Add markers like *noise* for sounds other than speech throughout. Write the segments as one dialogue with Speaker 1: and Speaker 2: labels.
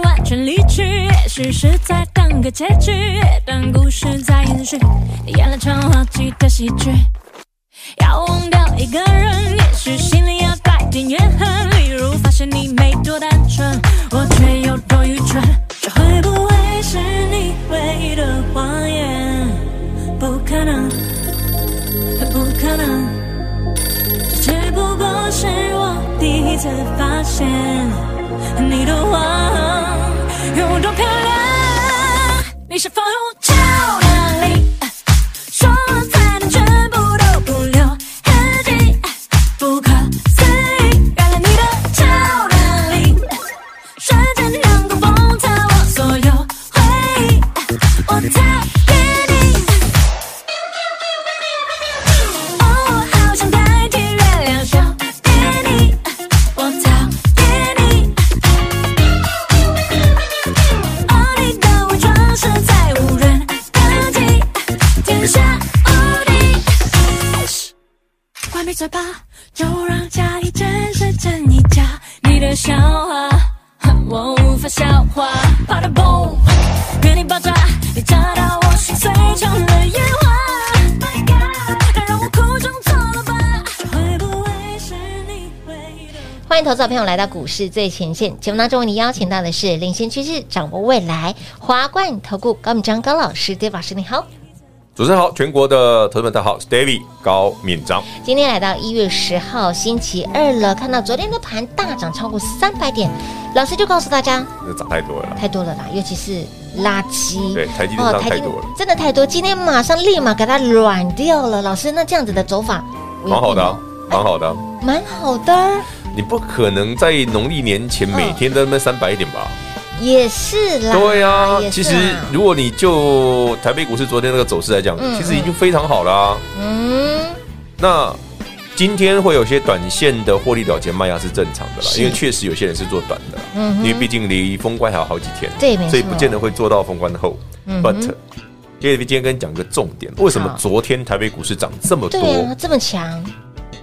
Speaker 1: 完全离去，也许是在等个结局，但故事在延续，你演了场滑稽的喜剧。要忘掉一个人，也许心里要带点怨恨，例如发现你没多单纯，我却有多愚蠢。这会不会是你唯一的谎言？不可能，不可能，这只不过是我第一次发现。你的谎有多漂亮？你是否用超能力？说了才能全部都不留痕迹，不可思议！原来你的超能力，瞬间能够崩塌我所有回忆，我讨厌你。哦，好想代替月亮笑给你，我讨厌你。哦，你的伪装实在无人能及，天下无敌。关闭嘴巴，就让家里真是真一家。你的笑话，哼我无法消化。啪嗒嘣，给你爆炸，你炸到我心碎成了烟花。那让我哭成错了吧？这会不会是你唯一的？
Speaker 2: 欢迎投资者朋友来到股市最前线节目当中，为你邀请到的是领先趋势、掌握未来华冠投顾高敏章高老师，David 老师你好。
Speaker 3: 主持人好，全国的投资们大家好，是 David 高敏章。
Speaker 2: 今天来到一月十号星期二了，看到昨天的盘大涨超过三百点，老师就告诉大家
Speaker 3: 这涨太多了啦，
Speaker 2: 太多了啦，尤其是垃圾，哦
Speaker 3: 对台积电上
Speaker 2: 台积
Speaker 3: 太多了
Speaker 2: 真的太多。今天马上立马给它软掉了，老师，那这样子的走法
Speaker 3: 蛮好的、啊，蛮好的啊、
Speaker 2: 蛮好的，
Speaker 3: 你不可能在农历年前每天都那三百点吧？
Speaker 2: 也是啦，
Speaker 3: 对啊
Speaker 2: 嗯哎也，
Speaker 3: 其
Speaker 2: 是
Speaker 3: 实
Speaker 2: 啦
Speaker 3: 如果你就台北股市昨天那个走势来讲，
Speaker 2: 嗯
Speaker 3: 其实已经非常好啦、啊
Speaker 2: 嗯，
Speaker 3: 那今天会有些短线的获利了结卖压是正常的啦，
Speaker 2: 是
Speaker 3: 因为确实有些人是做短的啦，
Speaker 2: 嗯哼
Speaker 3: 因为毕竟离封关还有好几天，
Speaker 2: 对没错
Speaker 3: 所以不见得会做到封关后。
Speaker 2: 嗯哼
Speaker 3: But David 今天跟你讲个重点，为什么
Speaker 2: 好
Speaker 3: 昨天台北股市涨这么多？
Speaker 2: 对啊，这么强，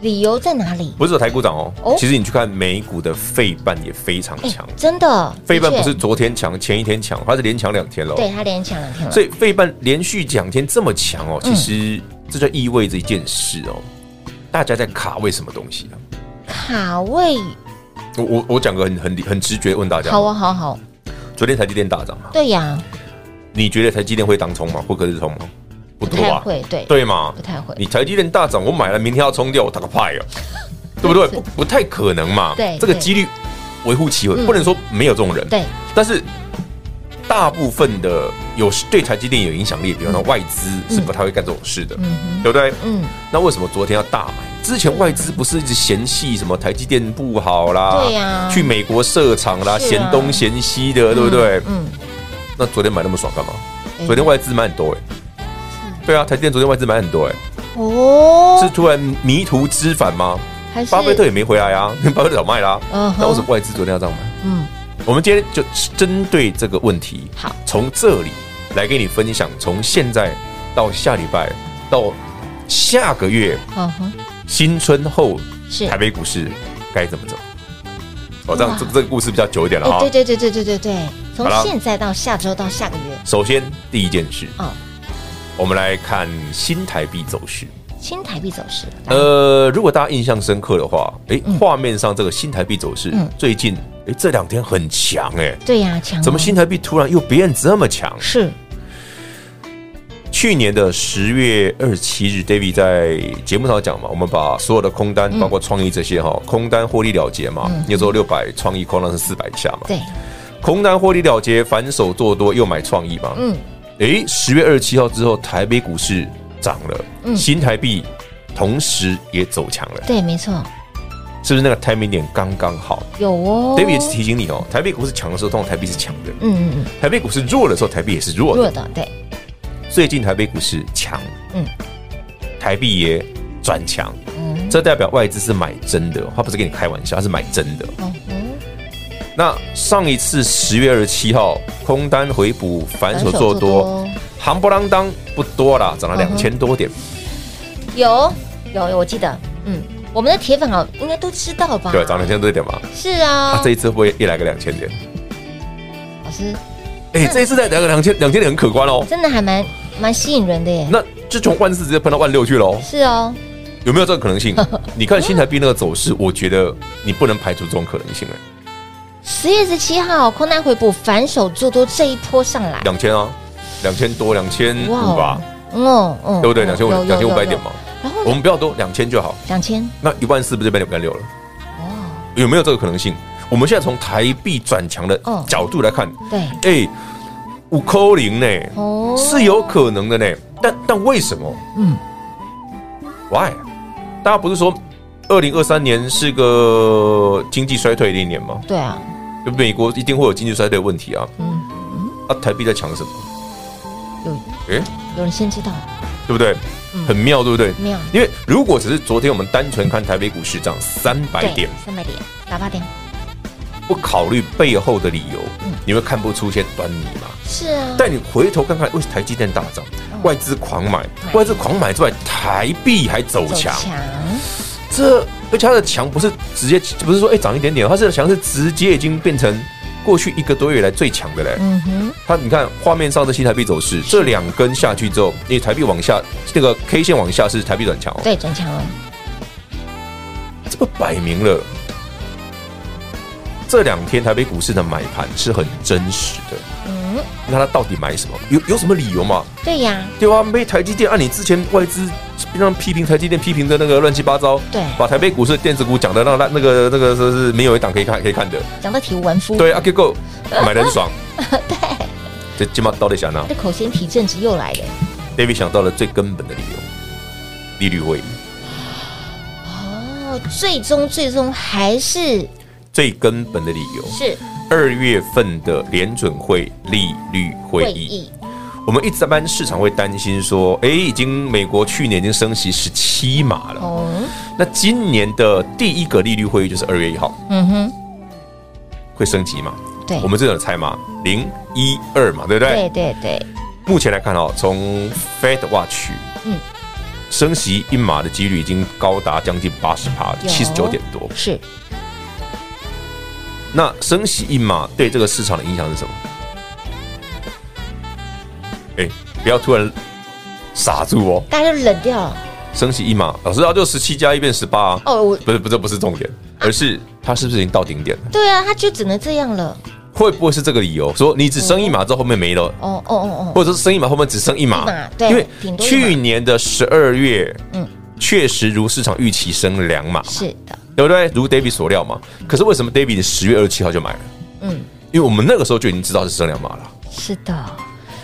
Speaker 2: 理由在哪里？
Speaker 3: 不是有台股涨哦，
Speaker 2: 哦
Speaker 3: 其实你去看美股的费半也非常强，
Speaker 2: 哎真的，
Speaker 3: 费半
Speaker 2: 的
Speaker 3: 不
Speaker 2: 确
Speaker 3: 是昨天强，前一天强，它是连强两天了。
Speaker 2: 对，他连抢两天了，
Speaker 3: 所以费半连续两天这么强哦，其
Speaker 2: 嗯
Speaker 3: 实这就意味着一件事哦，大家在卡位什么东西啊？
Speaker 2: 卡位，
Speaker 3: 我我我讲个很很很直觉问大家，
Speaker 2: 好啊，好好，
Speaker 3: 昨天台积电大涨嘛，
Speaker 2: 对呀，你
Speaker 3: 你觉得台积电会当冲吗？会隔日冲吗？不
Speaker 2: 不
Speaker 3: 多
Speaker 2: 太
Speaker 3: 啊，
Speaker 2: 会，对，
Speaker 3: 对嘛
Speaker 2: 不？太会，
Speaker 3: 你台积电大涨，我买了，明天要冲掉，我打个
Speaker 2: *laughs*
Speaker 3: 派哦，对不对？
Speaker 2: 是
Speaker 3: 不不太可能嘛，
Speaker 2: 对
Speaker 3: 这个
Speaker 2: 对
Speaker 3: 几率微乎其微，
Speaker 2: 嗯
Speaker 3: 不能说没有这种人，
Speaker 2: 对，
Speaker 3: 但是大部分的有对台积电有影响力，比方说外资是不太会干这种事的，
Speaker 2: 嗯哼，
Speaker 3: 对不对？
Speaker 2: 嗯，
Speaker 3: 那为什么昨天要大买？之前外资不是一直嫌弃什么台积电不好啦，
Speaker 2: 对呀
Speaker 3: 去美国设厂啦，
Speaker 2: 是啊
Speaker 3: 嫌东嫌西的，对不对？
Speaker 2: 嗯，
Speaker 3: 那昨天买那么爽干嘛？
Speaker 2: 哎
Speaker 3: 昨天外资买很多哎，对啊，台积电昨天外资买很多哎，
Speaker 2: 哦，
Speaker 3: 是突然迷途知返吗？
Speaker 2: 还是
Speaker 3: 巴菲特也没回来啊， *laughs* 巴菲特早卖啦、
Speaker 2: 嗯哼
Speaker 3: 那为什么外资昨天要这样买？
Speaker 2: 嗯，
Speaker 3: 我们今天就针对这个问题，
Speaker 2: 好，
Speaker 3: 从这里来给你分享，从现在到下礼拜到下个月
Speaker 2: 嗯哼，
Speaker 3: 新春后
Speaker 2: 是
Speaker 3: 台北股市该怎么走？哦，这样
Speaker 2: 哇
Speaker 3: 这这个故事比较久一点了
Speaker 2: 哎，
Speaker 3: 啊
Speaker 2: 对。对对对对对对，从
Speaker 3: 好了
Speaker 2: 现在到下周到下个月，
Speaker 3: 首先第一件事，
Speaker 2: 哦，
Speaker 3: 我们来看新台币走势。
Speaker 2: 新台币走势，
Speaker 3: 呃，如果大家印象深刻的话，诶，
Speaker 2: 嗯
Speaker 3: 画面上这个新台币走势
Speaker 2: 嗯
Speaker 3: 最近诶这两天很强诶，
Speaker 2: 对呀，强哦，
Speaker 3: 怎么新台币突然又变这么强？
Speaker 2: 是，
Speaker 3: 去年的十月二十七日，David 在节目上讲嘛，我们把所有的空单，包括创意这些哈，空单获利了结嘛
Speaker 2: 嗯，
Speaker 3: 那时候六百，创意空单是四百以下嘛，
Speaker 2: 对，
Speaker 3: 空单获利了结，反手做多又买创意嘛，
Speaker 2: 嗯，
Speaker 3: 诶，十月二十七号之后，台北股市涨了，
Speaker 2: 嗯
Speaker 3: 新台币同时也走强了，
Speaker 2: 对，没错，
Speaker 3: 是不是那个 timing 点刚刚好
Speaker 2: 有哦
Speaker 3: ？David 也是提醒你哦，台北股市强的时候，通常台币是强的；
Speaker 2: 嗯嗯
Speaker 3: 台北股市弱的时候，台币也是
Speaker 2: 嗯，
Speaker 3: 弱的。
Speaker 2: 弱的对，
Speaker 3: 最近台北股市强，
Speaker 2: 嗯，
Speaker 3: 台币也转强，
Speaker 2: 嗯
Speaker 3: 这代表外资是买真的，哦他不是跟你开玩笑，他是买真的。哦
Speaker 2: 嗯嗯，
Speaker 3: 那上一次十月二十七号空单回补，反手做多，行不啷当不多啦，涨了
Speaker 2: 嗯
Speaker 3: 两
Speaker 2: 哼
Speaker 3: 千多点，
Speaker 2: 有有有，我记得，嗯，我们的铁粉哦，应该都知道吧？
Speaker 3: 对吧，涨两千多点嘛。
Speaker 2: 是啊
Speaker 3: 啊，，这一次会不会也来个两千点？
Speaker 2: 老师嗯
Speaker 3: 哎，这一次再来个两千，两千点很可观哦。
Speaker 2: 真的还蛮蛮吸引人的耶，
Speaker 3: 那就从万四直接喷到万六去喽，
Speaker 2: 是哦，
Speaker 3: 有没有这个可能性？
Speaker 2: 嗯
Speaker 3: 你看新台币那个走势，我觉得你不能排除这种可能性哎，
Speaker 2: 十月十七号空单回补反手做多这一波上来，
Speaker 3: 两千啊，两千多，两千五吧，
Speaker 2: 嗯哦，嗯
Speaker 3: 对不对？
Speaker 2: 嗯
Speaker 3: 两千五，
Speaker 2: 有有嗯
Speaker 3: 两千五
Speaker 2: 有
Speaker 3: 百
Speaker 2: 有
Speaker 3: 点嘛，
Speaker 2: 然后
Speaker 3: 我们不要多，两千就好。
Speaker 2: 两千
Speaker 3: 那一万四不是变两万六了？
Speaker 2: 哦，
Speaker 3: 有没有这个可能性？我们现在从台币转强的
Speaker 2: 嗯
Speaker 3: 角度来看，
Speaker 2: 对
Speaker 3: 哎、五扣零呢，
Speaker 2: 哦，
Speaker 3: 是有可能的呢。但但为什么
Speaker 2: 嗯
Speaker 3: ？Why？大家不是说二零二三年是个经济衰退的一年吗？
Speaker 2: 对啊，
Speaker 3: 就美国一定会有经济衰退的问题啊。
Speaker 2: 嗯，
Speaker 3: 啊，台币在强什么？
Speaker 2: 有
Speaker 3: 哎、
Speaker 2: 有人先知道
Speaker 3: 对不对
Speaker 2: 嗯？
Speaker 3: 很妙，对不对？
Speaker 2: 没有？
Speaker 3: 因为如果只是昨天我们单纯看台北股市涨三百点，
Speaker 2: 三百点，打八点，
Speaker 3: 不考虑背后的理由
Speaker 2: 嗯，
Speaker 3: 你会看不出一些端倪嘛？
Speaker 2: 是啊，
Speaker 3: 但你回头看看，为什么台积电大涨，
Speaker 2: 嗯
Speaker 3: 外资狂买，外资狂买之外，台币还走
Speaker 2: 走
Speaker 3: 强
Speaker 2: 强，，
Speaker 3: 这而且它的强不是直接不是说哎涨一点点，它是强是直接已经变成过去一个多月以来最强的嘞。
Speaker 2: 嗯哼，
Speaker 3: 它你看画面上的新台币走势，这两根下去之后，因为台币往下那个 K 线往下是台币转强哦，
Speaker 2: 对，转强了，
Speaker 3: 这个摆明了。这两天台北股市的买盘是很真实的，
Speaker 2: 嗯，
Speaker 3: 那它到底买什么？有有什么理由嘛？
Speaker 2: 对呀，
Speaker 3: 对啊，被台积电按你之前外资让批评台积电批评的那个乱七八糟，
Speaker 2: 对
Speaker 3: 把台北股市的电子股讲的让那那个那个是是没有一档可以看可以看的，
Speaker 2: 讲到体无完肤， *laughs*
Speaker 3: 对啊，结果买的很爽，对，这起码到底想呢
Speaker 2: 这口嫌体正直又来了，
Speaker 3: ？David 想到了最根本的理由，利率会议
Speaker 2: 哦，最终最终还是
Speaker 3: 最根本的理由，
Speaker 2: 是
Speaker 3: 二月份的联准会利率会议，，我们一直在般市场会担心说，哎，已经美国去年已经升息十七码了，
Speaker 2: 哦，
Speaker 3: 那今年的第一个利率会议就是二月一号。
Speaker 2: 嗯哼，
Speaker 3: 会升级嘛？
Speaker 2: 对
Speaker 3: 我，们这种猜嘛，零一二嘛，对不
Speaker 2: 对
Speaker 3: 对？
Speaker 2: 对对，
Speaker 3: 目前来看哦，从 Fed Watch，
Speaker 2: 嗯
Speaker 3: 嗯，升息一码的几率已经高达将近八十趴，
Speaker 2: 有
Speaker 3: 七十九点多。
Speaker 2: 是
Speaker 3: 那升息一码对这个市场的影响是什么？哎，不要突然傻住哦！
Speaker 2: 大家就冷掉了，
Speaker 3: 升息一码，老师啊，就十七加一变十八啊。
Speaker 2: 哦，我，
Speaker 3: 不是，不，这不是重点，而是它是不是已经到顶点了？
Speaker 2: 对啊，他就只能这样了，
Speaker 3: 会不会是这个理由？说你只升一码之后后面没了，
Speaker 2: 哦哦哦哦，
Speaker 3: 或者是升一码后面只剩一码
Speaker 2: 一码，对
Speaker 3: 因为
Speaker 2: 顶多一码
Speaker 3: 去年的十二月，
Speaker 2: 嗯
Speaker 3: 嗯，确实如市场预期升了两码，
Speaker 2: 是的，
Speaker 3: 对不对？如 David 所料嘛。可是为什么 David 十月二十七号就买了？
Speaker 2: 嗯，
Speaker 3: 因为我们那个时候就已经知道是升两码了。
Speaker 2: 是的，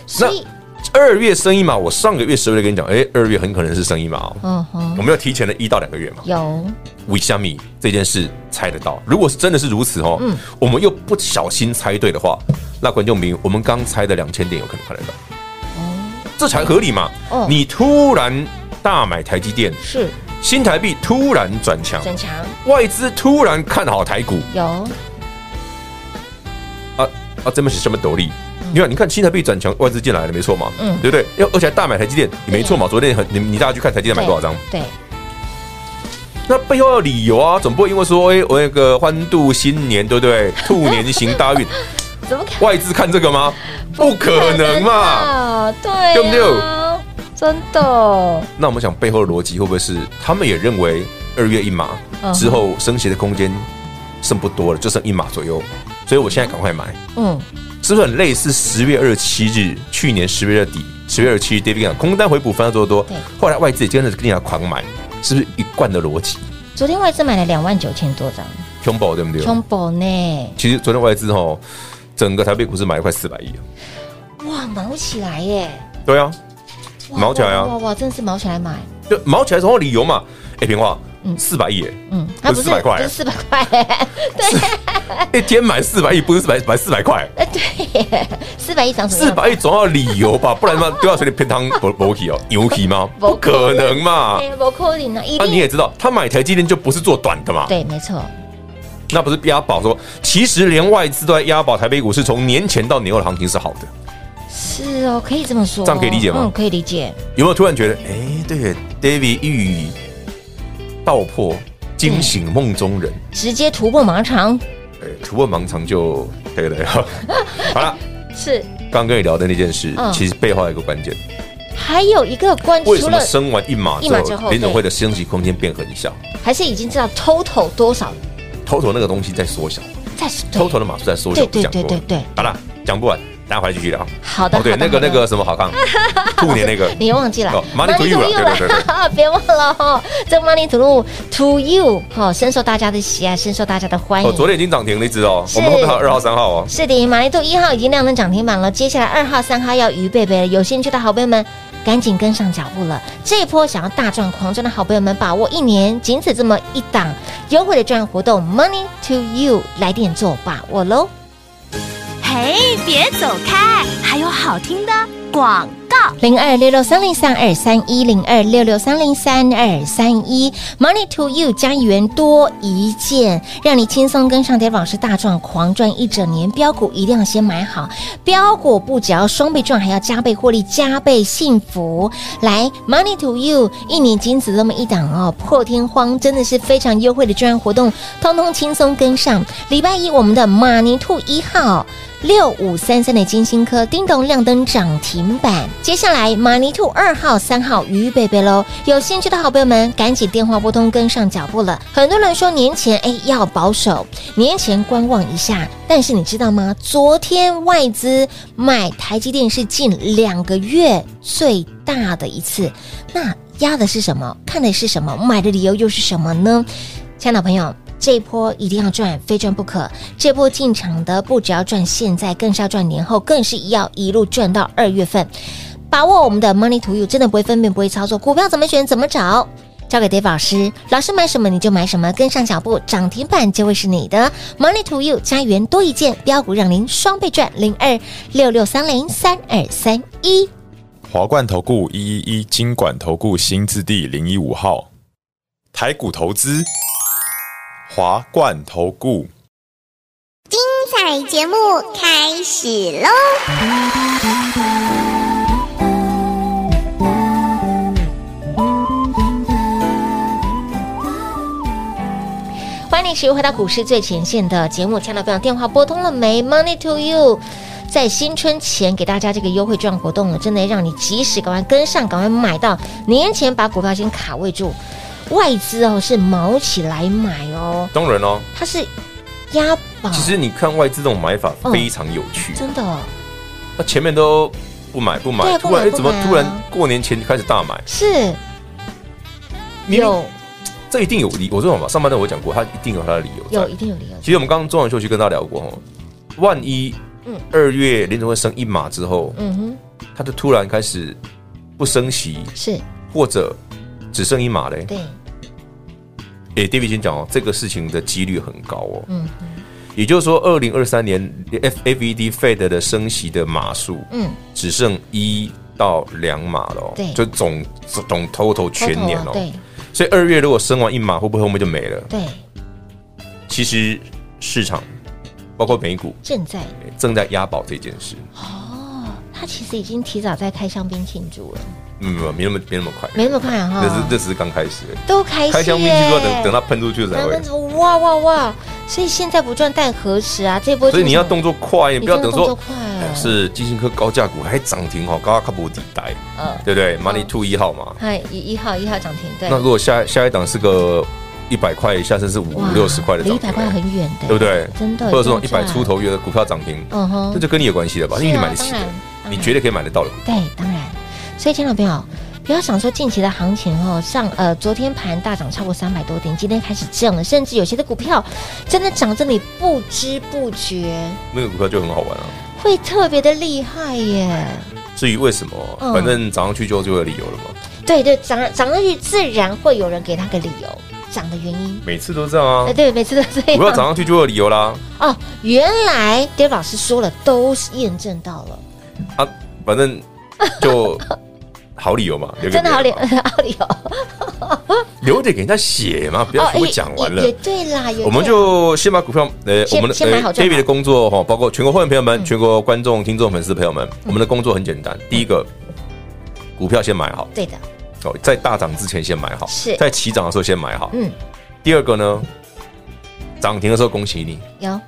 Speaker 2: 所以，
Speaker 3: 二月升一码，我上个月十二月跟你讲，哎，二月很可能是升一码哦。
Speaker 2: 嗯哼，
Speaker 3: 我们要提前了一到两个月嘛，
Speaker 2: 有，
Speaker 3: 为虾米这件事猜得到？如果是真的是如此哦，
Speaker 2: 嗯
Speaker 3: 我们又不小心猜对的话，那观众朋友，我们刚猜的两千点有可能看得到，这才合理嘛
Speaker 2: 哦。
Speaker 3: 你突然大买台积电，
Speaker 2: 是
Speaker 3: 新台币突然转强，
Speaker 2: 转强，
Speaker 3: 外资突然看好台股
Speaker 2: 有，
Speaker 3: 啊啊，这么是什么斗笠？你看，你看新台币转强，外资进来了，没错嘛，
Speaker 2: 嗯
Speaker 3: 对不对？要而且还大买台积电，也没错嘛。昨天很你你大家去看台积电买多少张？
Speaker 2: 对，
Speaker 3: 那背后的理由啊，总不会因为说，哎、我那个欢度新年，对不对？兔年行大运，
Speaker 2: 对怎么可
Speaker 3: 外资看这个吗？不可能嘛！
Speaker 2: 啊？对啊，
Speaker 3: 对不
Speaker 2: 真的，
Speaker 3: 那我们想背后的逻辑会不会是，他们也认为二月一码
Speaker 2: 嗯
Speaker 3: 之后升息的空间剩不多了，就剩一码左右，所以我现在赶快买，
Speaker 2: 嗯，
Speaker 3: 是不是很类似十月二十七日，去年十月底，十月二十七日 David 讲空单回补翻多多
Speaker 2: 对，
Speaker 3: 后来外资也跟着跟人家狂买，是不是一贯的逻辑
Speaker 2: 昨天外资买了两万九千多张，
Speaker 3: ？Combo 对不对？
Speaker 2: 中宝呢？
Speaker 3: 其实昨天外资吼，整个台北股市买了快四百亿啊。
Speaker 2: 哇，毛起来耶！
Speaker 3: 对啊，
Speaker 2: 哇
Speaker 3: 毛起来啊
Speaker 2: 哇哇哇，真的是毛起来买，
Speaker 3: 就毛起来总有理由嘛。哎，平话，四百亿耶，
Speaker 2: 嗯，
Speaker 3: 不是400块
Speaker 2: 不是四百块， *laughs*
Speaker 3: 一天买四百亿，不是四百买四百块，
Speaker 2: 呃，对，四百亿涨什么
Speaker 3: 四
Speaker 2: 样？
Speaker 3: 百亿总要理
Speaker 2: *laughs*
Speaker 3: 由吧，不然嘛丢到水里偏汤不不起哦，牛 *laughs* 皮吗？
Speaker 2: 不
Speaker 3: 不
Speaker 2: 可
Speaker 3: 可能嘛！
Speaker 2: 哎，我扣零了，一
Speaker 3: 啊那你
Speaker 2: 定
Speaker 3: 也知道，他买台积电就不是做短的嘛，
Speaker 2: 对，没错，
Speaker 3: 那不是押宝说，其实连外资都在押宝台北股市，从年前到年后的行情是好的，
Speaker 2: 是哦，可以这么说，
Speaker 3: 这样可以理解吗
Speaker 2: 嗯，可以理解，
Speaker 3: 有没有突然觉得，哎、对耶，David 一语道破，惊醒梦中人，
Speaker 2: 直接突破盲肠
Speaker 3: 哎、突破盲肠就对对，好 *laughs* 好了，
Speaker 2: 是。
Speaker 3: 刚跟你聊的那件事
Speaker 2: 嗯，
Speaker 3: 其实背后还有一个关键，
Speaker 2: 还有一个关，*laughs*
Speaker 3: 为
Speaker 2: 除
Speaker 3: 什么
Speaker 2: 了
Speaker 3: 升完一码
Speaker 2: 一
Speaker 3: 之
Speaker 2: 码之后
Speaker 3: 后，联总会的升息空间变很小，
Speaker 2: 还是已经知道 total 多少，
Speaker 3: 偷偷那个东西在缩小，
Speaker 2: 再
Speaker 3: 偷偷的码数在缩小，
Speaker 2: 对对
Speaker 3: 讲
Speaker 2: 对
Speaker 3: 过
Speaker 2: 对
Speaker 3: 了，
Speaker 2: 对，
Speaker 3: 好了，讲不完，大家回来继续聊。
Speaker 2: 好的，
Speaker 3: 哦，对，
Speaker 2: 好的
Speaker 3: 那个
Speaker 2: 好的
Speaker 3: 那个什么
Speaker 2: *laughs*
Speaker 3: 好看，兔年那个，
Speaker 2: 你忘记了
Speaker 3: 哦，Money to you 了
Speaker 2: Money 啊
Speaker 3: 对对
Speaker 2: *laughs*
Speaker 3: 对
Speaker 2: 别忘了哈，这 Money to you to you 哈，深受大家的喜爱，深受大家的欢
Speaker 3: 哦，昨
Speaker 2: 迎。
Speaker 3: 天已经涨停了一只哦，
Speaker 2: 是嗯
Speaker 3: 我们后面还有二号、三号哦。
Speaker 2: 是的，马尼兔一号已经亮灯涨停板了，接下来二号、三号要鱼贝贝了。有兴趣的好朋友们，赶紧跟上脚步了。这一波想要大赚狂赚的好朋友们，把握一年仅此这么一档优惠的赚活动，Money to you 来电做把握喽。
Speaker 4: 嘿，别走开，还有好听的广告。
Speaker 2: 零二六六三零三二三一零二六六三零三二三一，Money to you 加一元多一件，让你轻松跟上跌老师大赚狂赚一整年。标股一定要先买好，标股不只要双倍赚，还要加倍获利，加倍幸福。来，Money to you 一年仅此这么一档哦，破天荒真的是非常优惠的专案活动，通通轻松跟上。礼拜一我们的马尼兔一号。六五三三的金星科叮咚亮灯涨停板。接下来马尼兔二号、三号鱼贝贝喽，有兴趣的好朋友们赶紧电话拨通，跟上脚步了。很多人说年前哎要保守，年前观望一下，但是你知道吗？昨天外资买台积电是近两个月最大的一次，那压的是什么？看的是什么？买的理由又是什么呢？亲爱的朋友，这一波一定要赚，非赚不可。这波进场的不只要赚现在，更是要赚年后，更是要一路赚到二月份。把握我们的 Money to You，真的不会分辨，不会操作，股票怎么选怎么找。交给 Dave 老师，老师买什么你就买什么，跟上脚步，涨停板就会是你的。Money to you，家园多一件，标股让您双倍赚。零二六六三零三二三一。
Speaker 5: 华冠投顾一一一金管投顾新字第零一五号，台股投资，华冠投顾。
Speaker 6: 彩节目开始喽！
Speaker 2: 欢迎持续回到股市最前线的节目，亲爱的朋友，电话拨通了没？Money to you，在新春前给大家这个优惠券活动了，真的让你及时赶快跟上，赶快买到，年前把股票先卡位住。外资哦是毛起来买哦，
Speaker 3: 当然哦，
Speaker 2: 它是押宝，
Speaker 3: 其实你看外资这种买法
Speaker 2: 嗯
Speaker 3: 非常有趣，
Speaker 2: 真的哦
Speaker 3: 那前面都不买不
Speaker 2: 对
Speaker 3: 买，
Speaker 2: 不
Speaker 3: 突
Speaker 2: 买
Speaker 3: 然哎
Speaker 2: 不
Speaker 3: 怎么
Speaker 2: 买啊
Speaker 3: 突然过年前就开始大买？
Speaker 2: 是
Speaker 3: 明明
Speaker 2: 有
Speaker 3: 这一定有理，我这种嘛，上半段我讲过，它一定有它的理由
Speaker 2: 有
Speaker 3: 在
Speaker 2: 一。定有理由，
Speaker 3: 其实我们刚刚中场休息跟大家聊过哦，万一
Speaker 2: 嗯
Speaker 3: 二月联总会升一码之后，
Speaker 2: 嗯哼，
Speaker 3: 它就突然开始不升息，
Speaker 2: 是
Speaker 3: 或者只剩一码嘞。
Speaker 2: 对，
Speaker 3: 诶 d a v i d 先讲哦，这个事情的几率很高哦。
Speaker 2: 嗯
Speaker 3: 也就是说，二零二三年 FAVD Fed 的升息的码数，
Speaker 2: 嗯，
Speaker 3: 只剩一到两码了、哦，
Speaker 2: 对
Speaker 3: 就总总 total 全年
Speaker 2: 头头
Speaker 3: 哦
Speaker 2: 啊，对
Speaker 3: 所以二月如果升完一码，会不会后面就没了？
Speaker 2: 对，
Speaker 3: 其实市场包括美股
Speaker 2: 正在
Speaker 3: 诶正在押宝这件事，
Speaker 2: 哦，他其实已经提早在开香槟庆祝了，
Speaker 3: 嗯，没那么没那么快，
Speaker 2: 没那么快啊哈、
Speaker 3: 这是这只是刚开始，
Speaker 2: 都开心
Speaker 3: 开箱冰淇淋都要等等
Speaker 2: 到
Speaker 3: 它喷出去才会，
Speaker 2: 哇哇哇！所以现在不赚待何时啊？这波
Speaker 3: 所以你要
Speaker 2: 进
Speaker 3: 动作
Speaker 2: 场，
Speaker 3: 快，你不要等
Speaker 2: 一定动作
Speaker 3: 说。
Speaker 2: 快
Speaker 3: 哎
Speaker 2: 啊，
Speaker 3: 是基金科高价股还涨停哦，高价股底带，
Speaker 2: 呃，
Speaker 3: 对不对？Money Two E 一号嘛，
Speaker 2: 嗨一哎一号一号涨停，对，
Speaker 3: 那如果下下一档是个一百块以下，甚至五
Speaker 2: 哇
Speaker 3: 五六十块的
Speaker 2: 离哎
Speaker 3: 涨
Speaker 2: 一百
Speaker 3: 停
Speaker 2: 块
Speaker 3: 了，
Speaker 2: 很远的，
Speaker 3: 对不？对？
Speaker 2: 真的，
Speaker 3: 或者这种一
Speaker 2: 真的
Speaker 3: 百出，头月的股票涨停，
Speaker 2: 嗯哼，
Speaker 3: 这就跟你有关系了吧？
Speaker 2: 是啊
Speaker 3: 因为你买得起
Speaker 2: 当
Speaker 3: 的
Speaker 2: 然，当然
Speaker 3: 你绝对可以买得到的。
Speaker 2: 对，当然。所以，亲爱的朋友，不要想说近期的行情哦，上呃昨天盘大涨超过三百多点，今天开始降了，甚至有些的股票真的涨着你不知不觉，
Speaker 3: 那个股票就很好玩啊。
Speaker 2: 会特别的厉害耶。
Speaker 3: 至于为什么
Speaker 2: 嗯，
Speaker 3: 反正涨上去就就有理由了嘛。
Speaker 2: 对对，涨涨上去自然会有人给他个理由，涨的原因。
Speaker 3: 每次都这样啊
Speaker 2: 哎，，对，每次都这样。
Speaker 3: 股票涨上去就有理由啦
Speaker 2: 哦，原来 Dave 老师说了，都是验证到了，
Speaker 3: 啊，反正就好理
Speaker 2: *laughs*
Speaker 3: 由嘛，留给
Speaker 2: 真的好理
Speaker 3: 别人嘛
Speaker 2: 好理由。
Speaker 3: 留着给人家写嘛，不要全部讲完了
Speaker 2: 哦也也。对啦，也对啦
Speaker 3: 我们就先把股票，呃，
Speaker 2: 先
Speaker 3: 我们的
Speaker 2: 先买好赚好嗯
Speaker 3: David 的工作哈，包括全国会员朋友们、全国观众、听众、粉丝朋友们，我们的工作很简单，第一个，股票先买好，
Speaker 2: 对的，
Speaker 3: 哦，在大涨之前先买好，
Speaker 2: 是
Speaker 3: 在起涨的时候先买好。
Speaker 2: 嗯，
Speaker 3: 第二个呢，涨停的时候恭喜你。
Speaker 2: 有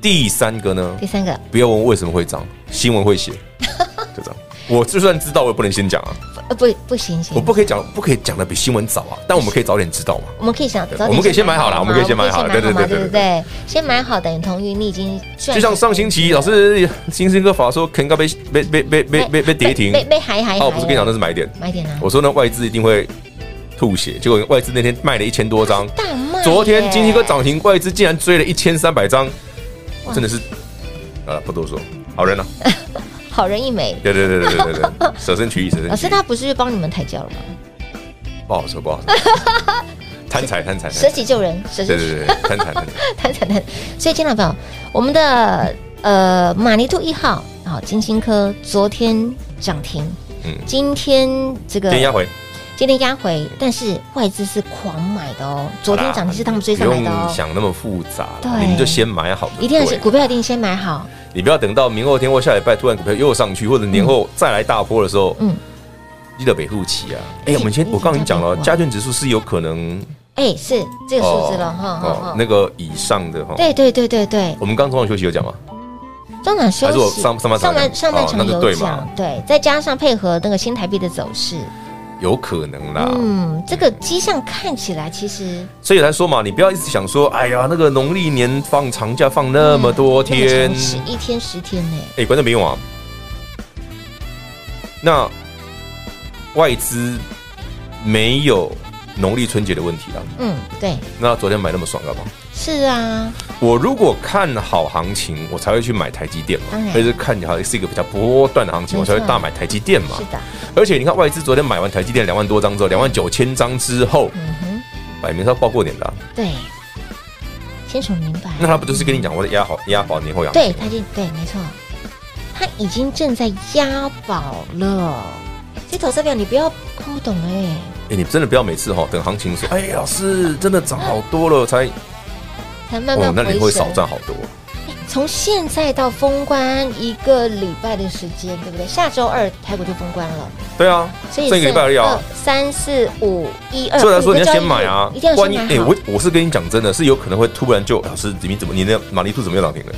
Speaker 3: 第三个呢
Speaker 2: 第，三个
Speaker 3: 不要问为什么会涨，新闻会写，就这样。我就算知道，我也不能先讲啊，
Speaker 2: 呃不不行
Speaker 3: 我
Speaker 2: 行，
Speaker 3: 不可以讲，不可以讲的比新闻早啊，但我们可以早点知道嘛。
Speaker 2: 我们可以想，早点
Speaker 3: 我们可以先买好啦
Speaker 2: 嘛
Speaker 3: 我们可以先买好
Speaker 2: 我们可以先买好嘛
Speaker 3: 对
Speaker 2: 对
Speaker 3: 对
Speaker 2: 不
Speaker 3: 对对
Speaker 2: 对？先买好等于同于你已经赚
Speaker 3: 就像上星期老师星星哥法说，肯该被被被被被被被跌停
Speaker 2: 被，被还还
Speaker 3: 哦，我不是跟你讲那是买点，
Speaker 2: 买点啊，
Speaker 3: 我说呢外资一定会吐血，结果外资那天卖了一千多张，
Speaker 2: 大卖耶。
Speaker 3: 昨天金星哥涨停，外资竟然追了一千三百张，我真的是，好了，不多说，好人了、啊，
Speaker 2: 好人一枚，
Speaker 3: 对对对对对对
Speaker 2: *laughs*
Speaker 3: 对，舍身取义，舍身
Speaker 2: 老
Speaker 3: 取
Speaker 2: 师
Speaker 3: 义，
Speaker 2: 他不是帮你们抬轿了吗？
Speaker 3: 不好说，
Speaker 2: *laughs*
Speaker 3: 不好说，贪财贪财，贪财
Speaker 2: 舍己救人，舍己 *laughs*
Speaker 3: 对嗯对对，对贪财贪财，
Speaker 2: 谈谈谈。所以，亲爱的朋友，我们的呃马尼兔一号啊，金星科昨天涨停，
Speaker 3: 嗯
Speaker 2: 今天这个
Speaker 3: 先压回，
Speaker 2: 今天压回，但是外资是狂买的哦，昨天涨停是他们追上
Speaker 3: 不
Speaker 2: 来的
Speaker 3: 用
Speaker 2: 哦。
Speaker 3: 想那么复杂啦，
Speaker 2: 对
Speaker 3: 你们就先买好，
Speaker 2: 一定要是股票，一定先买好。
Speaker 3: 你不要等到明后天或下礼拜突然股票又上去，或者年后再来大波的时候，
Speaker 2: 嗯
Speaker 3: 嗯，记得北护期啊。
Speaker 2: 已
Speaker 3: 哎、
Speaker 2: 经
Speaker 3: 我们先
Speaker 2: 已经
Speaker 3: 我刚刚已经讲
Speaker 2: 在
Speaker 3: 了，
Speaker 2: 北部啊
Speaker 3: 加权指数是有可能哦
Speaker 2: 哎，是这个数字了哈哈哈。
Speaker 3: 那个哦以上的哈。
Speaker 2: 对对对对对，
Speaker 3: 我们刚中场休息有讲吗？
Speaker 2: 中场休
Speaker 3: 还是我
Speaker 2: 息，
Speaker 3: 上上半场
Speaker 2: 半
Speaker 3: 讲
Speaker 2: 上半
Speaker 3: 哦
Speaker 2: 场
Speaker 3: 那就
Speaker 2: 有
Speaker 3: 对嘛
Speaker 2: 讲，对，再加上配合那个新台币的走势，
Speaker 3: 有可能啦，
Speaker 2: 嗯，这个迹象看起来其实
Speaker 3: 所以来说嘛，你不要一直想说，哎呀，那个农历年放长假放那么多天，
Speaker 2: 十一天十天呢，
Speaker 3: 哎、观众朋友啊，那外资没有农历春节的问题啦，
Speaker 2: 嗯，对，
Speaker 3: 那昨天买那么爽干嘛？
Speaker 2: 是啊，
Speaker 3: 我如果看好行情，我才会去买台积电嘛
Speaker 2: 当然，
Speaker 3: 而是看好是一个比较波段的行情，
Speaker 2: 没
Speaker 3: 我
Speaker 2: 错
Speaker 3: 才会大买台积电嘛
Speaker 2: 是。的，
Speaker 3: 而且你看外资昨天买完台积电两万多张之后，两万九千张之后，
Speaker 2: 嗯哼，
Speaker 3: 摆明是要报过年的啊、
Speaker 2: 对，清楚明白。
Speaker 3: 那他不就是跟你讲我在压好压好年后养？
Speaker 2: 对，他已经对，没错，他已经正在押宝了。这投资表你不要看不懂哎、
Speaker 3: 哎，你真的不要每次哈、等行情说，哎，老师真的涨好多了才
Speaker 2: 才慢慢，
Speaker 3: 哦那你
Speaker 2: 回
Speaker 3: 会
Speaker 2: 神
Speaker 3: 少。赚好多。
Speaker 2: 从现在到封关一个礼拜的时间，对不对？下周二台股就封关了，
Speaker 3: 对啊，
Speaker 2: 所以
Speaker 3: 这个礼拜而已啊
Speaker 2: 剩。二三四五一二，
Speaker 3: 所以来说，
Speaker 2: 五个
Speaker 3: 你要先
Speaker 2: 交易日
Speaker 3: 买啊
Speaker 2: 一定，要
Speaker 3: 万
Speaker 2: 先买
Speaker 3: 一
Speaker 2: 好。
Speaker 3: 哎，我我是跟你讲真的，是有可能会突然就老师，你怎么你那马尼兔怎么又涨停了？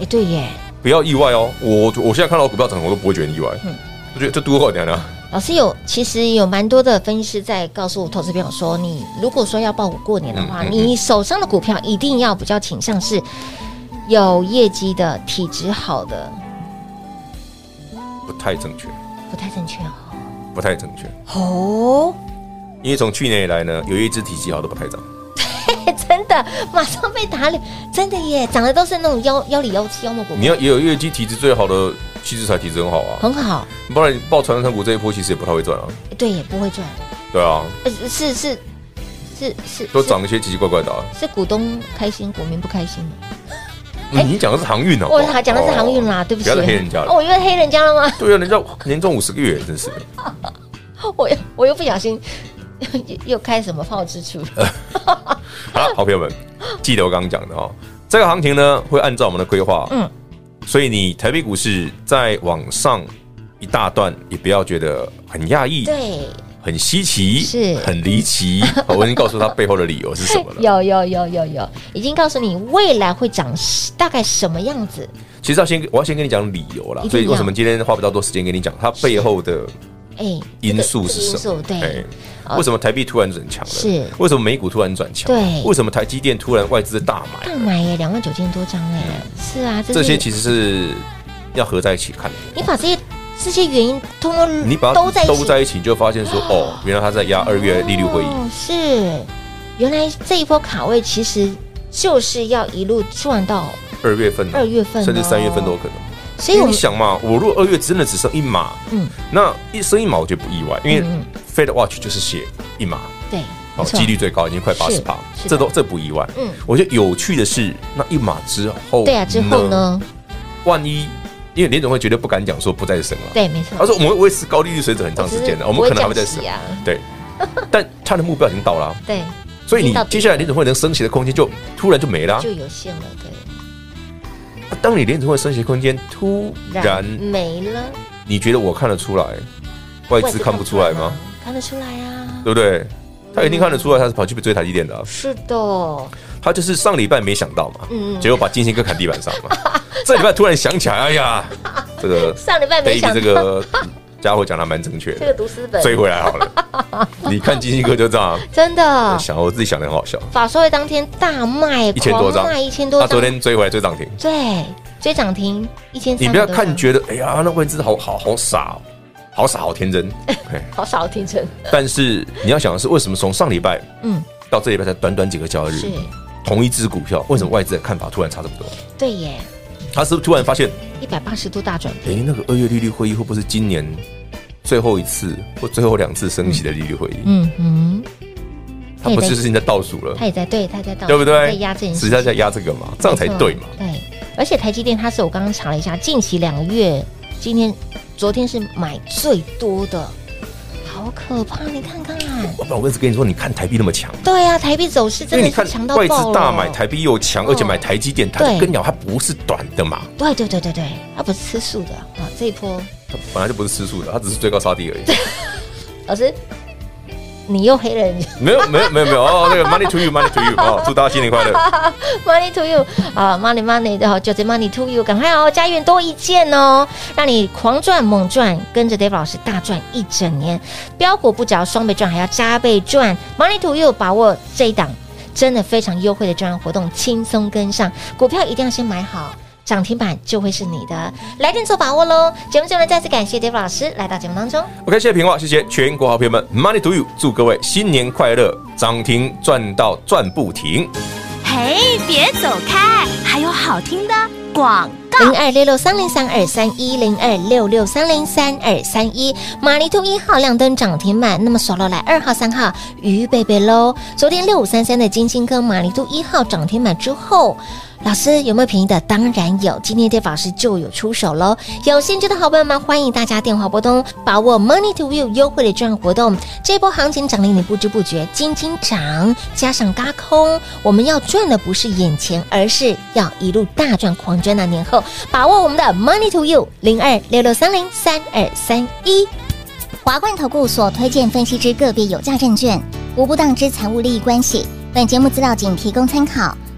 Speaker 2: 哎对耶，
Speaker 3: 不要意外哦。我我现在看到股票涨，我都不会觉得意外。
Speaker 2: 嗯
Speaker 3: 我觉得这多好点啊！
Speaker 2: 老师有，其实有蛮多的分析师在告诉投资朋友说，你如果说要报股过年的话，
Speaker 3: 嗯嗯嗯
Speaker 2: 你手上的股票一定要比较倾向是有业绩的、体质好的，
Speaker 3: 不太正确，
Speaker 2: 不太正确哦。
Speaker 3: 不太正确。
Speaker 2: 哦，
Speaker 3: 因为从去年以来呢，有一只体积好的不太涨，
Speaker 2: 嘿 *laughs* 真的马上被打脸，真的耶，涨的都是那种妖妖里妖气妖魔股
Speaker 3: 你
Speaker 2: 票，
Speaker 3: 要也有业绩体质最好的，其实才体质很好啊。
Speaker 2: 很好，
Speaker 3: 不然你报传统股这一波其实也不太会赚啊。
Speaker 2: 对，也不会赚，
Speaker 3: 对啊，
Speaker 2: 呃，是是是是，
Speaker 3: 都涨一些奇奇怪怪的、啊。
Speaker 2: 是，是股东开心，股民不开心吗哎
Speaker 3: 你讲的是航运啊？
Speaker 2: 我还讲的是航运啦，对不起，
Speaker 3: 不要再黑人家
Speaker 2: 哦
Speaker 3: 了。
Speaker 2: 我又黑人家了吗？
Speaker 3: 对啊，人家年终五十个月，真是的。
Speaker 2: 我又我又不小心又又开什么炮支出？
Speaker 3: 哎好
Speaker 2: *laughs*
Speaker 3: 了，好朋友们，记得我刚刚讲的哦，这个行情呢会按照我们的规划，
Speaker 2: 嗯
Speaker 3: 嗯，所以你台北股市再往上一大段，也不要觉得很讶异，
Speaker 2: 对，
Speaker 3: 很稀奇，
Speaker 2: 是
Speaker 3: 很
Speaker 2: *laughs*
Speaker 3: 离奇。好我已经告诉他背后的理由是什么了。
Speaker 2: 有有有有有，已经告诉你未来会长什大概什么样子。
Speaker 3: 其实要先，我要先跟你讲理由啦
Speaker 2: 一定要，
Speaker 3: 所以为什么今天花不到多时间跟你讲它背后的
Speaker 2: 哎，
Speaker 3: 因素是
Speaker 2: 这
Speaker 3: 什
Speaker 2: 个
Speaker 3: 么哎
Speaker 2: 这？个因素对，
Speaker 3: 为什么台币突然转强了？
Speaker 2: 是
Speaker 3: 为什么美股突然转强了？
Speaker 2: 对
Speaker 3: 为什么台积电突然外资大买？
Speaker 2: 大买耶，两万九千多张哎，是啊，
Speaker 3: 嗯这些
Speaker 2: 实
Speaker 3: 其实是要合在一起看的。
Speaker 2: 你把这些这些原因通通
Speaker 3: 你把它
Speaker 2: 都在一
Speaker 3: 都
Speaker 2: 起
Speaker 3: 在一起，你就发现说，哦，原来他在压二月利率会议。
Speaker 2: 哦是原来这一波卡位其实就是要一路赚到，
Speaker 3: 二月份呢、
Speaker 2: 二月份哦
Speaker 3: 甚至三月份都有可能。
Speaker 2: 所以
Speaker 3: 因
Speaker 2: 我
Speaker 3: 为你
Speaker 2: 们
Speaker 3: 想嘛，我如果二月真的只剩一码，
Speaker 2: 嗯
Speaker 3: 那一升一码我就不意外，因为
Speaker 2: 嗯
Speaker 3: Fed Watch 就是写一码，
Speaker 2: 对
Speaker 3: 哦，
Speaker 2: 错
Speaker 3: 几率最高，已经快八十趴
Speaker 2: 是，的
Speaker 3: 这都这不意外。
Speaker 2: 嗯
Speaker 3: 我觉得有趣的是，那一码之后，
Speaker 2: 对啊，之后？呢？
Speaker 3: 万一，因为联总会绝对不敢讲说不再升了，
Speaker 2: 对，没错
Speaker 3: 他，说我们会维持高利率水准很长时间的，我
Speaker 2: 嗯我只是
Speaker 3: 们可能还会
Speaker 2: 不会
Speaker 3: 再
Speaker 2: 降
Speaker 3: 升
Speaker 2: 息啊。
Speaker 3: 对，但他的目标已经到了啊，
Speaker 2: 对，
Speaker 3: 所以
Speaker 2: 已经
Speaker 3: 你
Speaker 2: 到底
Speaker 3: 接下来联总会能升息的空间就突然就没了啊
Speaker 2: 就。有限了，对，
Speaker 3: 当你联总会升息空间突然，
Speaker 2: 没了，
Speaker 3: 你觉得我看得出来，外资看不出来吗？？
Speaker 2: 看得出嗯来啊，
Speaker 3: 对不对？他一定看得出来，他是跑去追台积电的啊、
Speaker 2: 是的，
Speaker 3: 他就是上礼拜没想到嘛，
Speaker 2: 嗯
Speaker 3: 结果把金星哥砍地板上
Speaker 2: *laughs*
Speaker 3: 嘛。这礼拜突然想起来，哎呀，这个
Speaker 2: 上礼拜没
Speaker 3: David
Speaker 2: 想到
Speaker 3: 这个嗯家伙讲的蛮正确
Speaker 2: 这个 *laughs*
Speaker 3: 的，
Speaker 2: 读私本，
Speaker 3: 追回来好了。
Speaker 2: *laughs*
Speaker 3: 你看金星哥就这样，
Speaker 2: 真的，
Speaker 3: 想我自己想的很好笑。
Speaker 2: 法说会当天大卖，
Speaker 3: 一千多张
Speaker 2: 狂卖一千多
Speaker 3: 他
Speaker 2: 张，
Speaker 3: 昨天追回来追涨停，
Speaker 2: 对追涨停一千，
Speaker 3: 你不要看觉得哎呀，那外资好好好傻哦，好傻好
Speaker 2: *laughs*
Speaker 3: 天真。哎
Speaker 2: 好少听成，
Speaker 3: 但是你要想的是，为什么从上礼拜
Speaker 2: 嗯，
Speaker 3: 到这礼拜才短短几个交易
Speaker 2: 是
Speaker 3: 日，同一只股票，为什么外资的看法突然差这么多？
Speaker 2: 对耶，
Speaker 3: 他是不是突然发现，
Speaker 2: 一百八十度大转变，
Speaker 3: 哎、那个二月利率会议会不会是今年最后一次或最后两次升息的利率会议？
Speaker 2: 嗯哼，
Speaker 3: 它不是就是你在倒数了
Speaker 2: 他，也在对，他也在倒数，
Speaker 3: 对不
Speaker 2: 他
Speaker 3: 对
Speaker 2: 在？压这件事
Speaker 3: 实际在压这个嘛，这样才对嘛。
Speaker 2: 对，而且台积电它是我刚刚查了一下，近期两个月，今天、昨天是买最多的，好可怕！你看看，
Speaker 3: 要不然我一直跟你说，你看台币那么强，
Speaker 2: 对啊，台币走势
Speaker 3: 因
Speaker 2: 真
Speaker 3: 为
Speaker 2: 的
Speaker 3: 你
Speaker 2: 是
Speaker 3: 看
Speaker 2: 强到
Speaker 3: 外资
Speaker 2: 爆了。哦
Speaker 3: 大买，台币又强，而且买台积电，它
Speaker 2: 对
Speaker 3: 的跟鸟它不是短的嘛，
Speaker 2: 对对对对对，它不是吃素的啊，这一波
Speaker 3: 它本来就不是吃素的，它只是最高杀低而已。 *laughs*
Speaker 2: 老师，你又黑了人家
Speaker 3: 没有没有没有没有哦，那个 money to you，money to you 哦，祝大家新年快乐。
Speaker 2: ，money to you 啊，money money 的，就这 money to you，赶快哦，家园多一件哦，让你狂赚猛赚，跟着 Dave 老师大赚一整年，标股不只要双倍赚，还要加倍赚，money to you，把握这一档真的非常优惠的专案活动，轻松跟上，股票一定要先买好。涨停板就会是你的，来电做把握喽！节目最后呢，再次感谢 Dave 老师来到节目当中。
Speaker 3: OK，谢谢平话，谢谢全国好朋友们，Money to you，祝各位新年快乐，涨停赚到赚不停。
Speaker 4: 嘿，别走开，还有好听的广告。
Speaker 2: 零二六六三零三二三一零二六六三零三二三一，马尼兔一号亮灯涨停板，那么手楼来二号、三号鱼贝贝喽。昨天六五三三的金星跟马尼兔一号涨停板之后。老师有没有便宜的？当然有，今天 d a 老师就有出手喽。有兴趣的好朋友们，欢迎大家电话拨通，把握 Money to View 优惠的专案活动。这波行情涨令你不知不觉，金金涨，加上嘎空，我们要赚的不是眼前，而是要一路大赚狂赚到年后。把握我们的 Money to You 零二六六三零三二三一。
Speaker 6: 华冠投顾所推荐分析之个别有价证券，无不当之财务利益关系。本节目资料仅提供参考，